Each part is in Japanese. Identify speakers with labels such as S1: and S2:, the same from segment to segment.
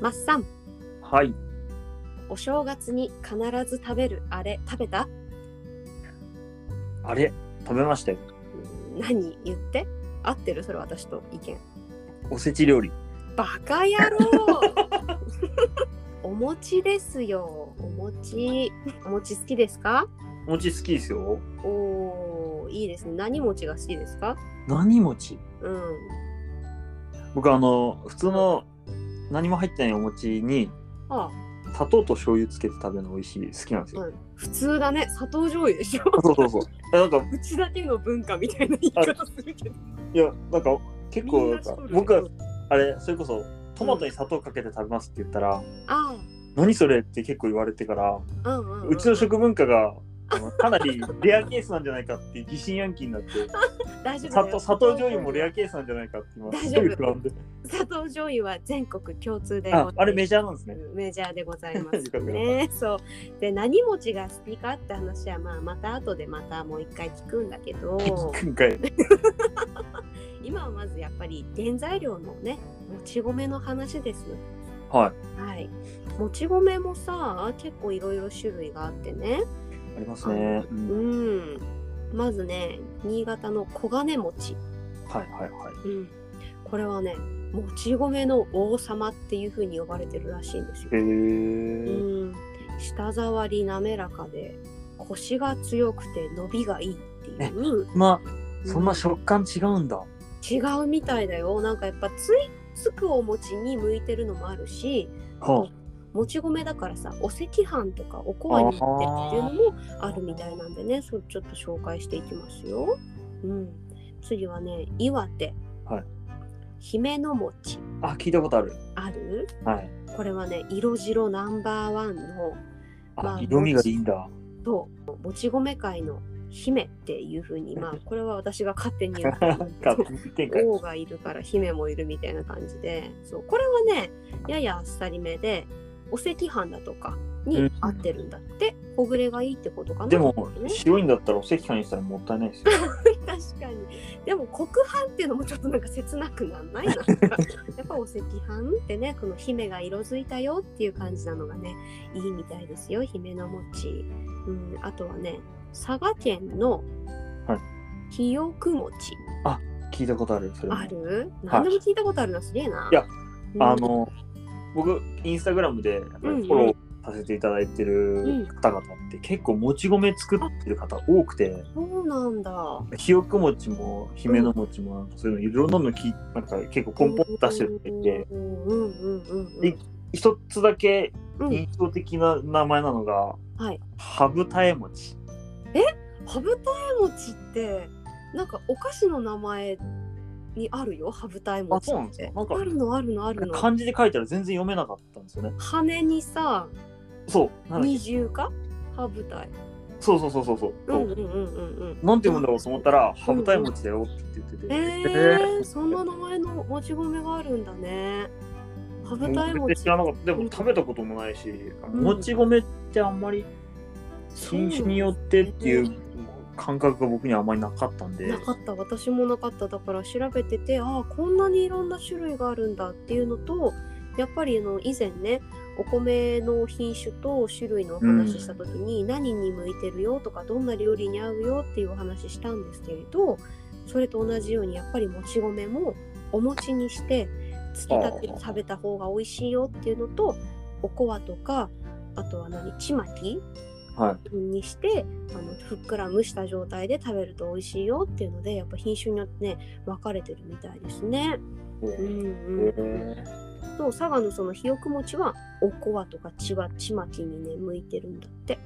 S1: マッサン、
S2: はい。
S1: お正月に必ず食べるあれ食べた
S2: あれ食べましたよ。
S1: うん何言って合ってるそれ私と意見。
S2: おせち料理。
S1: バカ野 郎お餅ですよ。お餅。お餅好きですか
S2: お餅好きですよ。
S1: おー、いいですね。何餅が好きですか
S2: 何餅
S1: うん。
S2: 僕あの、普通の何も入ってないお餅に
S1: ああ、
S2: 砂糖と醤油つけて食べるの美味しい、好きなんですよ。
S1: うん。普通だね。砂糖醤油でしょ。
S2: そうそうそう。なんか、
S1: うちだけの文化みたいな言い方するけど。
S2: いや、なんか結構な
S1: みんな
S2: んか、
S1: そうだよ
S2: 僕はあれ、それこそトマトに砂糖かけて食べますって言ったら、
S1: あ
S2: 何それって結構言われてから、
S1: あ、うんうん、うん。
S2: うちの食文化があのかなりレアケースなんじゃないかっていう疑心暗鬼になって
S1: 大丈夫だ
S2: 砂
S1: よ
S2: 糖砂糖醤油もレアケースなんじゃないかって今
S1: 大
S2: す
S1: 丈夫
S2: ごい不安で
S1: 砂糖醤油は全国共通で
S2: ああれメジャーなんですね
S1: メジャーでございます
S2: よかった
S1: ね。そうで何餅が好きかって話は、まあ、また後でまたもう一回聞くんだけど
S2: 今回
S1: 今はまずやっぱり原材料のねもち米の話です。
S2: はい
S1: はい、もち米もさ結構いろいろ種類があってね、
S2: あります ね、う
S1: うんん、まずね新潟の黄金餅、
S2: はいはいはい
S1: うん、これはねもち米の王様っていう風に呼ばれてるらしいんですよ
S2: へ。
S1: う
S2: え
S1: ん、舌触り滑らかでコシが強くて伸びがいいっていう、
S2: ま
S1: う
S2: あそんな食感違うんだ
S1: 違うみたいだよなんかやっぱついつくお餅に向いてるのもあるし
S2: は
S1: もち米だからさお赤飯とかおこわにってっていうのもあるみたいなんでねそれちょっと紹介していきますよ、うん、次はね岩手、
S2: はい
S1: 姫の餅
S2: ああ聞いたことある
S1: ある
S2: はい
S1: これはね色白ナンバーワンの
S2: あ、
S1: まあ
S2: 色味がいいんだ
S1: そうもち米界の姫っていうふうに まあこれは私が勝手に言う
S2: 勝手に展開
S1: 王がいるから姫もいるみたいな感じでそうこれはねややあっさりめでお赤飯だとかに合ってるんだって、ほぐれがいいってことかな
S2: でも
S1: ね
S2: 白いんだったらお赤飯にしたらもったいないですよ
S1: 確かにでも黒飯っていうのもちょっとなんか切なくなん ないなんかやっぱお赤飯ってねこの姫が色づいたよっていう感じなのがねいいみたいですよ姫の餅、うん、あとはね佐賀県の
S2: はい
S1: ひよく餅、
S2: 聞いたことあるそれも
S1: ある何でも聞いたことあるなすげえない
S2: や、
S1: うん
S2: あの僕インスタグラムでやっぱりフォローさせていただいてる方々って結構もち米作ってる方多くて、
S1: そうなんだ
S2: ひよく餅も姫の餅もなんかそういうのいろんなのきなんか結構ポンポン出してるっていて、
S1: うんうんうんうん
S2: で一つだけ
S1: うんうん
S2: 印象的な名前なのが、
S1: はい
S2: ハブタエ餅
S1: 羽二重餅ってなんかお菓子の名前にあるよ羽二重餅って
S2: あそうなんですかなんか
S1: あるのあるのあるの
S2: 漢字で書いたら全然読めなかったんですよね
S1: 羽にさ
S2: そうなんだっ
S1: 二
S2: け
S1: 重か羽二重
S2: そうそうそうそうそう、
S1: うんうんうんうん
S2: なんて読むんだろうと思ったら、ハブタエ餅だよって言ってて、
S1: うんえー、そんな名前のもち米があるんだね羽
S2: 全
S1: 二重
S2: 然
S1: 餅
S2: 知らなかったでも食べたこともないし、
S1: ん
S2: もち米ってあんまり品種によってっていう感覚が僕にはあまりなかったんで
S1: なかった私もなかっただから調べててああこんなにいろんな種類があるんだっていうのとやっぱりあの以前ねお米の品種と種類のお話しした時に、何に向いてるよとかどんな料理に合うよっていうお話ししたんですけれどそれと同じようにやっぱりもち米もお餅にしてつきたてで食べた方が美味しいよっていうのとおこわとかあとは何ちまき
S2: はい
S1: にしてあのふっくら蒸した状態で食べると美味しいよっていうのでやっぱ品種によってね分かれてるみたいですね。
S2: え
S1: うん
S2: ー
S1: うん
S2: えー
S1: と佐賀のそのひよく餅はおこわとかちわちまきにね向いてるんだって。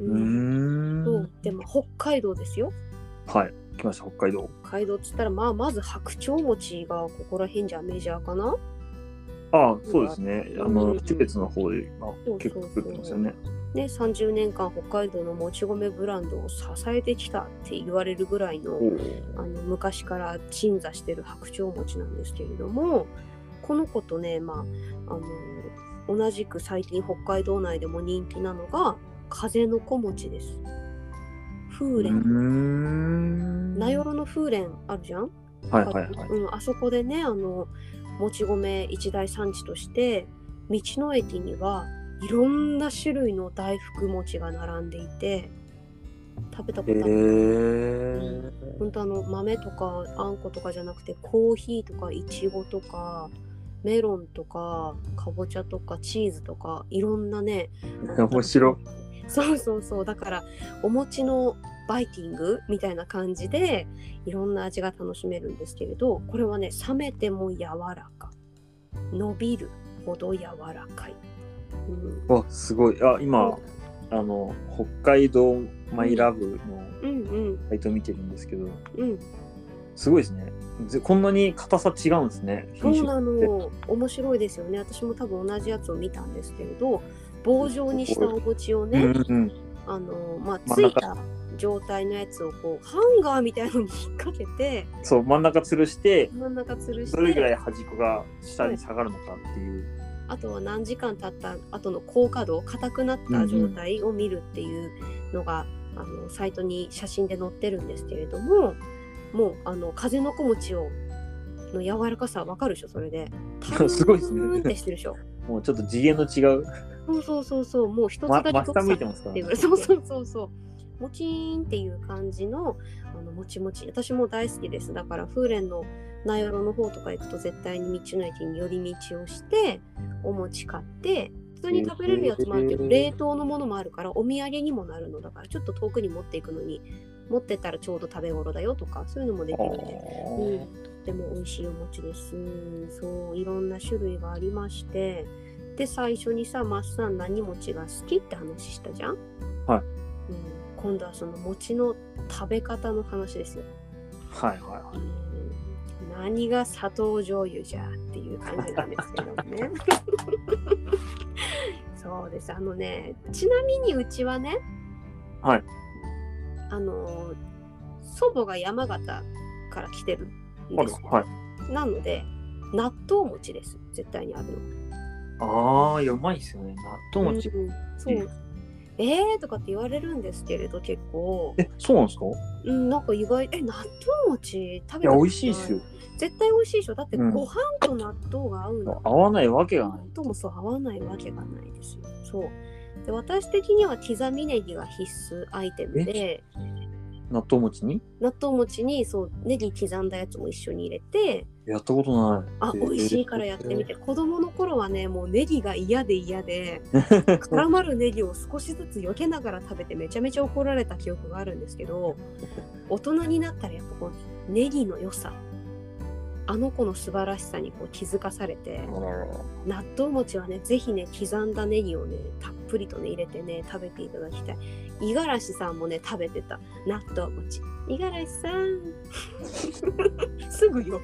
S2: う
S1: うん
S2: ー
S1: そ
S2: ん
S1: うでも北海道ですよ
S2: はい来ました北海道
S1: 北海道っつったらまあまず白鳥餅がここら辺じゃメジャーかな
S2: ああそうですねあ
S1: う
S2: の
S1: ん
S2: チベツの方で、まあ
S1: そうそうそう、
S2: 結構作ってますよね
S1: ね、30年間北海道のもち米ブランドを支えてきたって言われるぐらいの
S2: おー
S1: あの昔から鎮座してる白鳥餅なんですけれどもこの子とね、まあ、あの同じく最近北海道内でも人気なのが風の子餅です。風
S2: うー
S1: 蓮、
S2: ん
S1: 名寄の風蓮あるじゃん、
S2: はいはいはい
S1: うん、あそこでねあのもち米一大産地として道の駅にはいろんな種類の大福餅が並んでいて食べたこ
S2: へえ
S1: とある、
S2: ー。
S1: 本当あの豆とかあんことかじゃなくてコーヒーとかいちごとかメロンとかかぼちゃとかチーズとかいろんなね
S2: 面白い
S1: そうそうそうだからお餅のバイキングみたいな感じでいろんな味が楽しめるんですけれどこれはね冷めても柔らか伸びるほど柔らかい、うん
S2: わ、すごい。あ、今、あの、北海道マイラブの
S1: うんうん
S2: サイト見てるんですけど、
S1: うん
S2: すごいですね。ぜこんなに硬さ違うんですね。
S1: そ
S2: 品
S1: う
S2: 種
S1: なの面白いですよね私も多分同じやつを見たんですけれど棒状にしたお餅をね、
S2: うんうん
S1: あのまあ、
S2: 真
S1: つ
S2: ん
S1: い
S2: 中
S1: た状態のやつをこうハンガーみたいなのに引っ掛けて
S2: うん。そう、真ん中吊るして、
S1: 真ん中吊るし
S2: どれぐら
S1: て
S2: い端っこが下に下がるのかっていう。
S1: あとは何時間経った後の高架度硬くなった状態を見るっていうのが、あのサイトに写真で載ってるんですけれどももうあの風の子餅をの柔らかさわかるでしょそれで
S2: すごいですね
S1: タルーンってしてるでしょ
S2: もうちょっと次元の違う。
S1: そうそうそうそう、もう一つ
S2: ま
S1: だけ
S2: 真下向いて
S1: ま
S2: ますから
S1: ってい
S2: ね。
S1: う、そうそうそうそう。もちーんっていう感じのあのもちもち私も大好きですだから風蓮の名寄の方とか行くと絶対に道の駅に寄り道をしてお餅買って普通に食べれるやつもあるけど、
S2: へー
S1: 冷凍のものもあるからお土産にもなるのだからちょっと遠くに持っていくのに持ってったらちょうど食べ頃だよとかそういうのもできるんでうん、とっても美味しいお餅です。そういろんな種類がありましてで最初にさマッサン何餅が好きって話したじゃん
S2: はい、
S1: うん、今度はその餅の食べ方の話ですよ、
S2: はいはいは
S1: うん、何が砂糖醤油じゃっていう感じなんですけど ねそうですあのねちなみにうちはね
S2: はい
S1: あの祖母が山形から来てるん
S2: い。あ
S1: で
S2: る
S1: すよ
S2: はい。
S1: なので納豆餅です絶対にあるの。
S2: ああ、いやうまいですよね。納豆餅。
S1: うんそうえーとかって言われるんですけれど結構、
S2: え、そうなんですか
S1: うん、なんか意外え納豆餅食べたこ
S2: いや、
S1: とな
S2: 美味しいですよ。
S1: 絶対美味しいでしょだって
S2: うん
S1: ご飯と納豆が合うんだ
S2: 合わないわけがない
S1: 納。豆もそう合わないわけがないですよそうで私的には刻みネギが必須アイテムで
S2: 納豆餅に
S1: 納豆餅にそうネギ刻んだやつも一緒に入れて
S2: やったことない。
S1: あ美味しいからやってみて子供の頃はねもうネギが嫌で嫌で絡まるネギを少しずつ避けながら食べてめちゃめちゃ怒られた記憶があるんですけど大人になったらやっぱこうネギの良さあの子の素晴らしさにこう気づかされて
S2: あららら
S1: 納豆餅はねぜひね刻んだネギをねたっぷりとね入れてね食べていただきたい五十嵐さんもね食べてた納豆餅五十嵐さん すぐ呼ぶ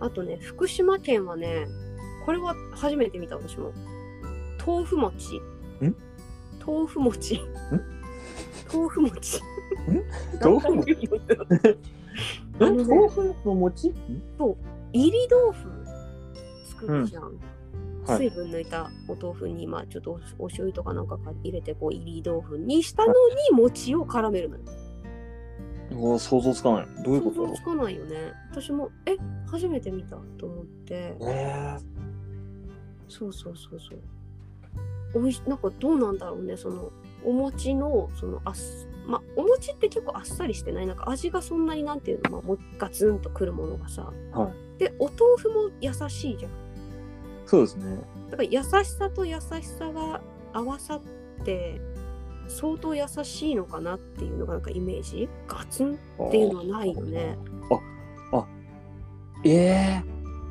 S1: あとね福島県はねこれは初めて見た私も豆腐餅
S2: ん
S1: 豆腐餅豆腐餅
S2: 豆腐餅え
S1: あのね
S2: 豆腐の餅ん
S1: 入り豆腐作るじゃん、
S2: はい
S1: 水分抜いたお豆腐に、まあ、ちょっとおお醤油とかなんかか入れてこう入り豆腐にしたのに餅を絡めるのよ。
S2: うわ想像つかない。どういう
S1: 想
S2: こと
S1: 像
S2: だろ
S1: つかないよね。私もえ初めて見たと思って
S2: う。え
S1: そうそうそうそう。おいしなんかどうなんだろうねそのお餅のそのあっまあお餅って結構あっさりしてないなんか味がそんなになんていうの、まあ、もうガツンとくるものがさ。
S2: は
S1: でお豆腐も優しいじゃん。
S2: ー、そうですね。
S1: だから優しさと優しさが合わさって相当優しいのかなっていうのがなんかイメージガツン
S2: あー
S1: っていうのはないよね。
S2: ええ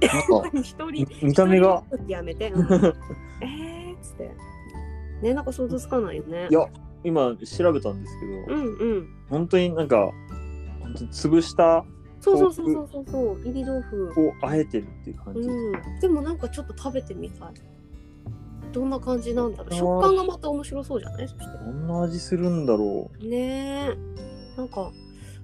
S2: なんか
S1: 一人
S2: み見た目が。
S1: 一人やめて、うん えーっつってねなんか想像つかないよね
S2: い。や今調べたんですけど、
S1: うんうん
S2: 本当になんか本当に潰した
S1: そうそうそうそうそうそう入り豆腐、
S2: をあえてるっていう感
S1: う
S2: じ。
S1: ん、でもなんかちょっと食べてみたいどんな感じなんだろう
S2: あー
S1: 食感がまた面白そうじゃないそして
S2: どんな味するんだろ
S1: ねえなんか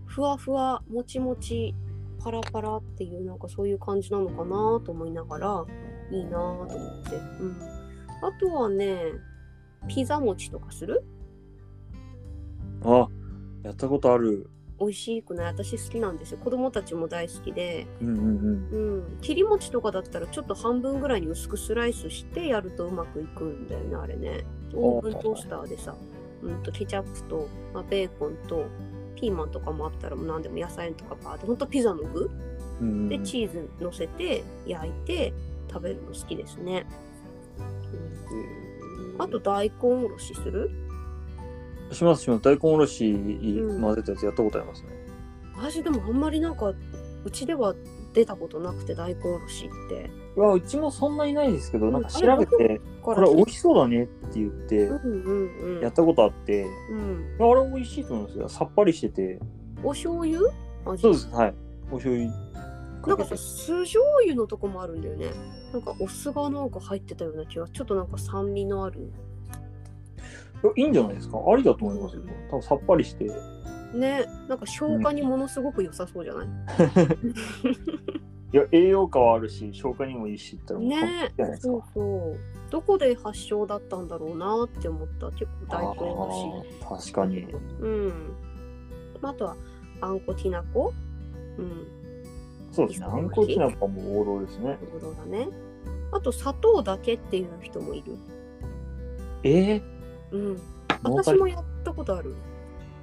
S1: ふわふわもちもちパラパラっていうなんかそういう感じなのかなと思いながらいいなと思って、うん、あとはねピザ餅とかする
S2: う。あやったことある。
S1: 美味しくない私好きなんですよ子供たちも大好きで、
S2: うんうん
S1: うん、切り餅とかだったらちょっと半分ぐらいに薄くスライスしてやるとうまくいくんだよねあれねオーブントースターでさ、うん、とケチャップと、まあ、ベーコンとピーマンとかもあったらもう何でも野菜とかバーってほんとピザの具
S2: うん。
S1: でチーズ乗せて焼いて食べるの好きですね、うん、あと大根おろしする
S2: しますします。大根おろし
S1: うん
S2: 混ぜたやつやったことありますね。
S1: 私でもあんまりなんかうちでは出たことなくて大根おろしって
S2: うわ、うちもそんないないですけど、なんか調べ
S1: あ
S2: て、
S1: こ
S2: これ美味しそうだねって言って
S1: うんうんうん
S2: やったことあって、
S1: うん、
S2: あれ美味しいと思うんですよ。さっぱりしてて。
S1: お醤油味
S2: そうです。はい。お醤油
S1: なん
S2: か
S1: か
S2: けて
S1: さ。酢醤油のとこもあるんだよねなんかお酢がなんか入ってたような気がちょっとなんか酸味のある
S2: いいんじゃないですか。ありだと思いますよ。多分さっぱりして。
S1: ねなんか消化にものすごく良さそうじゃない、
S2: いや、栄養価はあるし、消化にもいいしって言ったらもう完
S1: ね
S2: 璧じゃないです
S1: そう
S2: か。
S1: そうどこで発祥だったんだろうなって思った結構大根らしい
S2: あー確かに。
S1: うん。まあ、あとは、あんこきなこ。うん。
S2: そうですね。あんこきな粉も王道ですね。
S1: ところだね。あと、砂糖だけっていう人もいる。
S2: ええ
S1: うん。
S2: ー、
S1: 私もやったことある。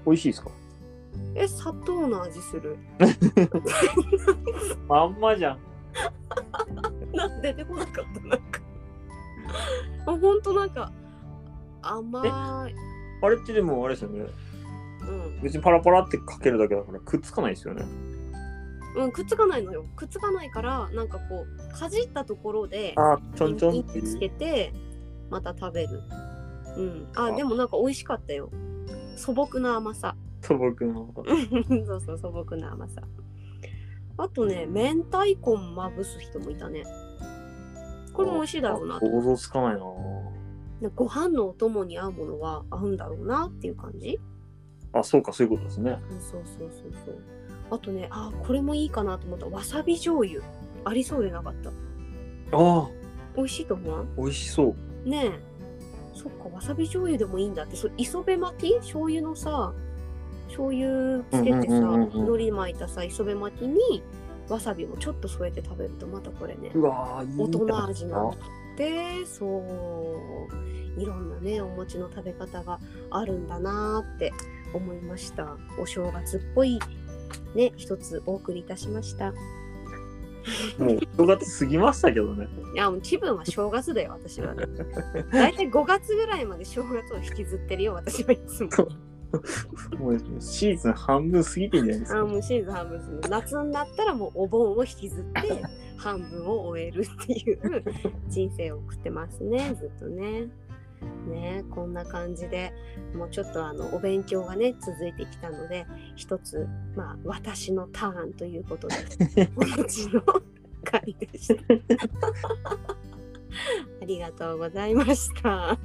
S2: 美味しいですか
S1: え、砂糖の味する。
S2: まんまじゃん。
S1: なんで出てこなかった、 なんか。あ、ほんとなんか、甘い。
S2: あれってでもあれですよね。
S1: うん。
S2: 別にパラパラってかけるだけだからくっつかないですよね。
S1: うん、くっつかないのよ。くっつかないから、なんかこう、かじったところで、
S2: あーちょんちょん
S1: イン
S2: って
S1: キ
S2: い
S1: つ
S2: う。
S1: けてまた食べる。うん、あ
S2: あ
S1: でもなんか美味しかったよ。素朴な甘さ。
S2: 素朴の。
S1: そうそう素朴な甘さ。あとね明太子まぶす人もいたね。これも美味しいだろうなと。
S2: 想像つかないな。
S1: なんかご飯のお供に合うものは合うんだろうなっていう感じ。
S2: あ、そうか、そういうことですね。
S1: うんそうそうそうそう。あとねあこれもいいかなと思ったわさび醤油ありそうでなかった。
S2: ああ、
S1: 美味しいと思わん
S2: 美味しそう。
S1: ねえそっかわさび醤油でもいいんだってそれ磯辺巻き醤油のさ醤油つけてさ、
S2: うんうんうんう
S1: 海
S2: ん
S1: 苔巻いたさ磯辺巻きにわさびもちょっと添えて食べるとまたこれね
S2: うわーいい
S1: 大人味
S2: な
S1: なでそういろんなねお餅の食べ方があるんだなーって思いましたお正月っぽいね一つお送りいたしました
S2: もう、人が過ぎましたけどね。
S1: いやもう気分は正月だよ私はね大体5月ぐらいまで正月を引きずってるよ私はいつも
S2: もう、シーズン半分過ぎてんじゃないです
S1: あ
S2: か。
S1: もうシーズン半分ですね夏になったらもうお盆を引きず って半分を終えるっていう人生を送ってますね ずっとね。ねこんな感じでもうちょっとあのお勉強がね続いてきたので一つまあ私のターンということで 私の回 でした。ありがとうございました。